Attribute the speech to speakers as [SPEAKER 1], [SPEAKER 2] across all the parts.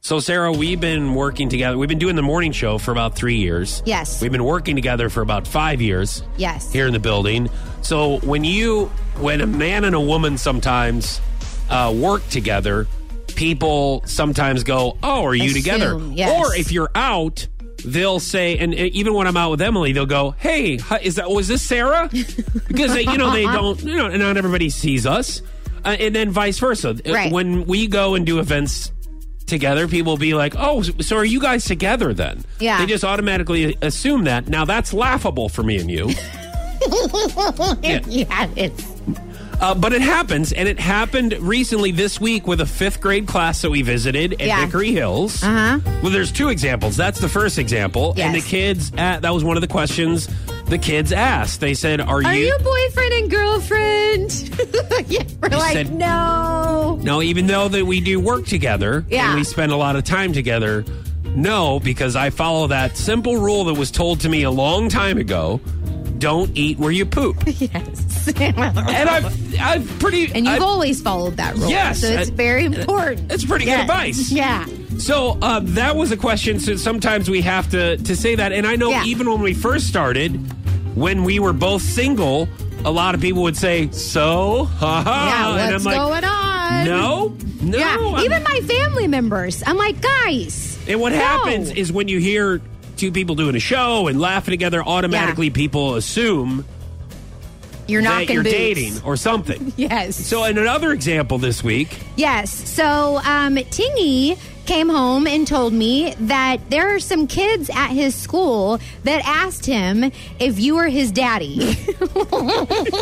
[SPEAKER 1] So, Sarah, we've been working together. We've been doing the morning show for about three years.
[SPEAKER 2] Yes.
[SPEAKER 1] We've been working together for about five years
[SPEAKER 2] Yes.
[SPEAKER 1] here in the building. So, when you, when a man and a woman sometimes uh, work together, people sometimes go, Oh, are you
[SPEAKER 2] Assume,
[SPEAKER 1] together?
[SPEAKER 2] yes.
[SPEAKER 1] Or if you're out, they'll say, and uh, even when I'm out with Emily, they'll go, Hey, hu- is that, was this Sarah? Because, they, you know, they
[SPEAKER 2] Uh-huh.
[SPEAKER 1] don't, you know, not everybody sees us. Uh, and then vice versa. Uh,
[SPEAKER 2] Right.
[SPEAKER 1] When we go and do events together, people will be like, "Oh, so are you guys together then?"
[SPEAKER 2] Yeah.
[SPEAKER 1] They just automatically assume that. Now that's laughable for me and you,
[SPEAKER 2] yeah. it's
[SPEAKER 1] uh, but it happens, and it happened recently this week with a fifth grade class that we visited at
[SPEAKER 2] Yeah.
[SPEAKER 1] Hickory Hills. Uh-huh. Well, there's two examples. That's the first example, and the
[SPEAKER 2] Yes.
[SPEAKER 1] kids. a that was one of the questions the kids asked. They said, "Are,
[SPEAKER 2] Are you boyfriend and girlfriend? yeah, we're like,
[SPEAKER 1] said-
[SPEAKER 2] no.
[SPEAKER 1] No, even though that we do work together
[SPEAKER 2] Yeah.
[SPEAKER 1] and we spend a lot of time together, no, because I follow that simple rule that was told to me a long time ago. Don't eat where you poop.
[SPEAKER 2] Yes.
[SPEAKER 1] And I've, I've pretty.
[SPEAKER 2] and you've
[SPEAKER 1] I've-
[SPEAKER 2] always followed that rule.
[SPEAKER 1] Yes,
[SPEAKER 2] So it's
[SPEAKER 1] I-
[SPEAKER 2] very important.
[SPEAKER 1] it's pretty good
[SPEAKER 2] Yes.
[SPEAKER 1] advice.
[SPEAKER 2] Yeah.
[SPEAKER 1] So uh, that was a question. So sometimes we have to to say that. And I know
[SPEAKER 2] Yeah.
[SPEAKER 1] even when we first started, when we were both single, a lot of people would say, "So, haha,"
[SPEAKER 2] yeah.
[SPEAKER 1] Ah, and
[SPEAKER 2] What's
[SPEAKER 1] I'm like,
[SPEAKER 2] going on?
[SPEAKER 1] "No, no."
[SPEAKER 2] Yeah.
[SPEAKER 1] I'm-
[SPEAKER 2] Even my family members. I'm like, guys.
[SPEAKER 1] And what
[SPEAKER 2] no.
[SPEAKER 1] happens is when you hear two people doing a show and laughing together, automatically people assume
[SPEAKER 2] you're
[SPEAKER 1] that
[SPEAKER 2] knocking
[SPEAKER 1] you're
[SPEAKER 2] boots.
[SPEAKER 1] dating or something.
[SPEAKER 2] Yes.
[SPEAKER 1] So, in another example this week,
[SPEAKER 2] Yes. So um, Tingy came home and told me that there are some kids at his school that asked him if you were his daddy. and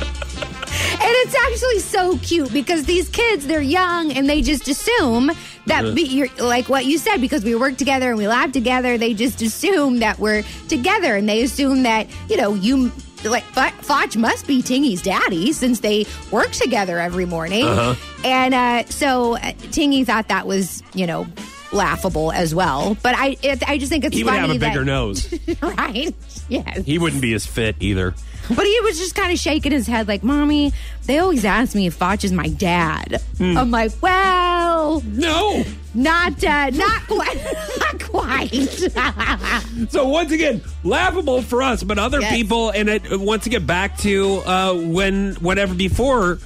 [SPEAKER 2] it's actually so cute because these kids, they're young and they just assume that, be, you're, like what you said, because we work together and we laugh together, they just assume that we're together and they assume that, you know, you. Like Fo- Foch must be Tingy's daddy since they work together every morning.
[SPEAKER 1] Uh-huh.
[SPEAKER 2] And uh, so uh, Tingy thought that was, you know, laughable as well. But I, it, I just think it's
[SPEAKER 1] he would
[SPEAKER 2] funny
[SPEAKER 1] have a
[SPEAKER 2] that-
[SPEAKER 1] bigger nose.
[SPEAKER 2] right? Yes.
[SPEAKER 1] He wouldn't be as fit either.
[SPEAKER 2] But he was just kind of shaking his head, like, "Mommy, they always ask me if Foch is my dad."
[SPEAKER 1] Hmm.
[SPEAKER 2] I'm like, "Well,
[SPEAKER 1] No.
[SPEAKER 2] not uh, not quite, not quite."
[SPEAKER 1] So once again, laughable for us, but other
[SPEAKER 2] Yes.
[SPEAKER 1] people, and it once again back to uh, when whenever before.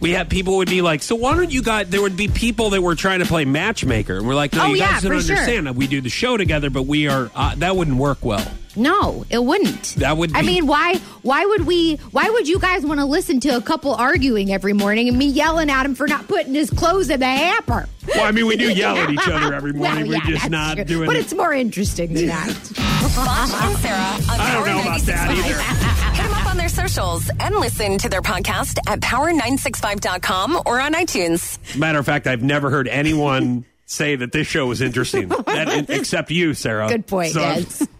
[SPEAKER 1] We had people would be like, so why don't you guys? There would be people that were trying to play matchmaker, and we're like, no,
[SPEAKER 2] Oh,
[SPEAKER 1] you
[SPEAKER 2] yeah,
[SPEAKER 1] guys don't
[SPEAKER 2] for sure.
[SPEAKER 1] understand. We do the show together, but we are uh, that wouldn't work well.
[SPEAKER 2] no, it wouldn't.
[SPEAKER 1] That would
[SPEAKER 2] I
[SPEAKER 1] be-
[SPEAKER 2] mean, why? Why would we? Why would you guys want to listen to a couple arguing every morning and me yelling at him for not putting his clothes in the hamper?
[SPEAKER 1] Well, I mean, we do yell at each other every morning.
[SPEAKER 2] Well,
[SPEAKER 1] We're
[SPEAKER 2] yeah,
[SPEAKER 1] just
[SPEAKER 2] that's
[SPEAKER 1] not
[SPEAKER 2] true.
[SPEAKER 1] doing
[SPEAKER 2] But
[SPEAKER 1] it.
[SPEAKER 2] it's more interesting than that.
[SPEAKER 3] Foch and Sarah on
[SPEAKER 1] I don't
[SPEAKER 3] Power
[SPEAKER 1] know about that
[SPEAKER 3] 96.5.
[SPEAKER 1] either.
[SPEAKER 3] Hit them up on their socials and listen to their podcast at power965.com or on iTunes.
[SPEAKER 1] Matter of fact, I've never heard anyone say that this show was interesting, that, except you, Sarah.
[SPEAKER 2] Good point.
[SPEAKER 1] So-
[SPEAKER 2] yes.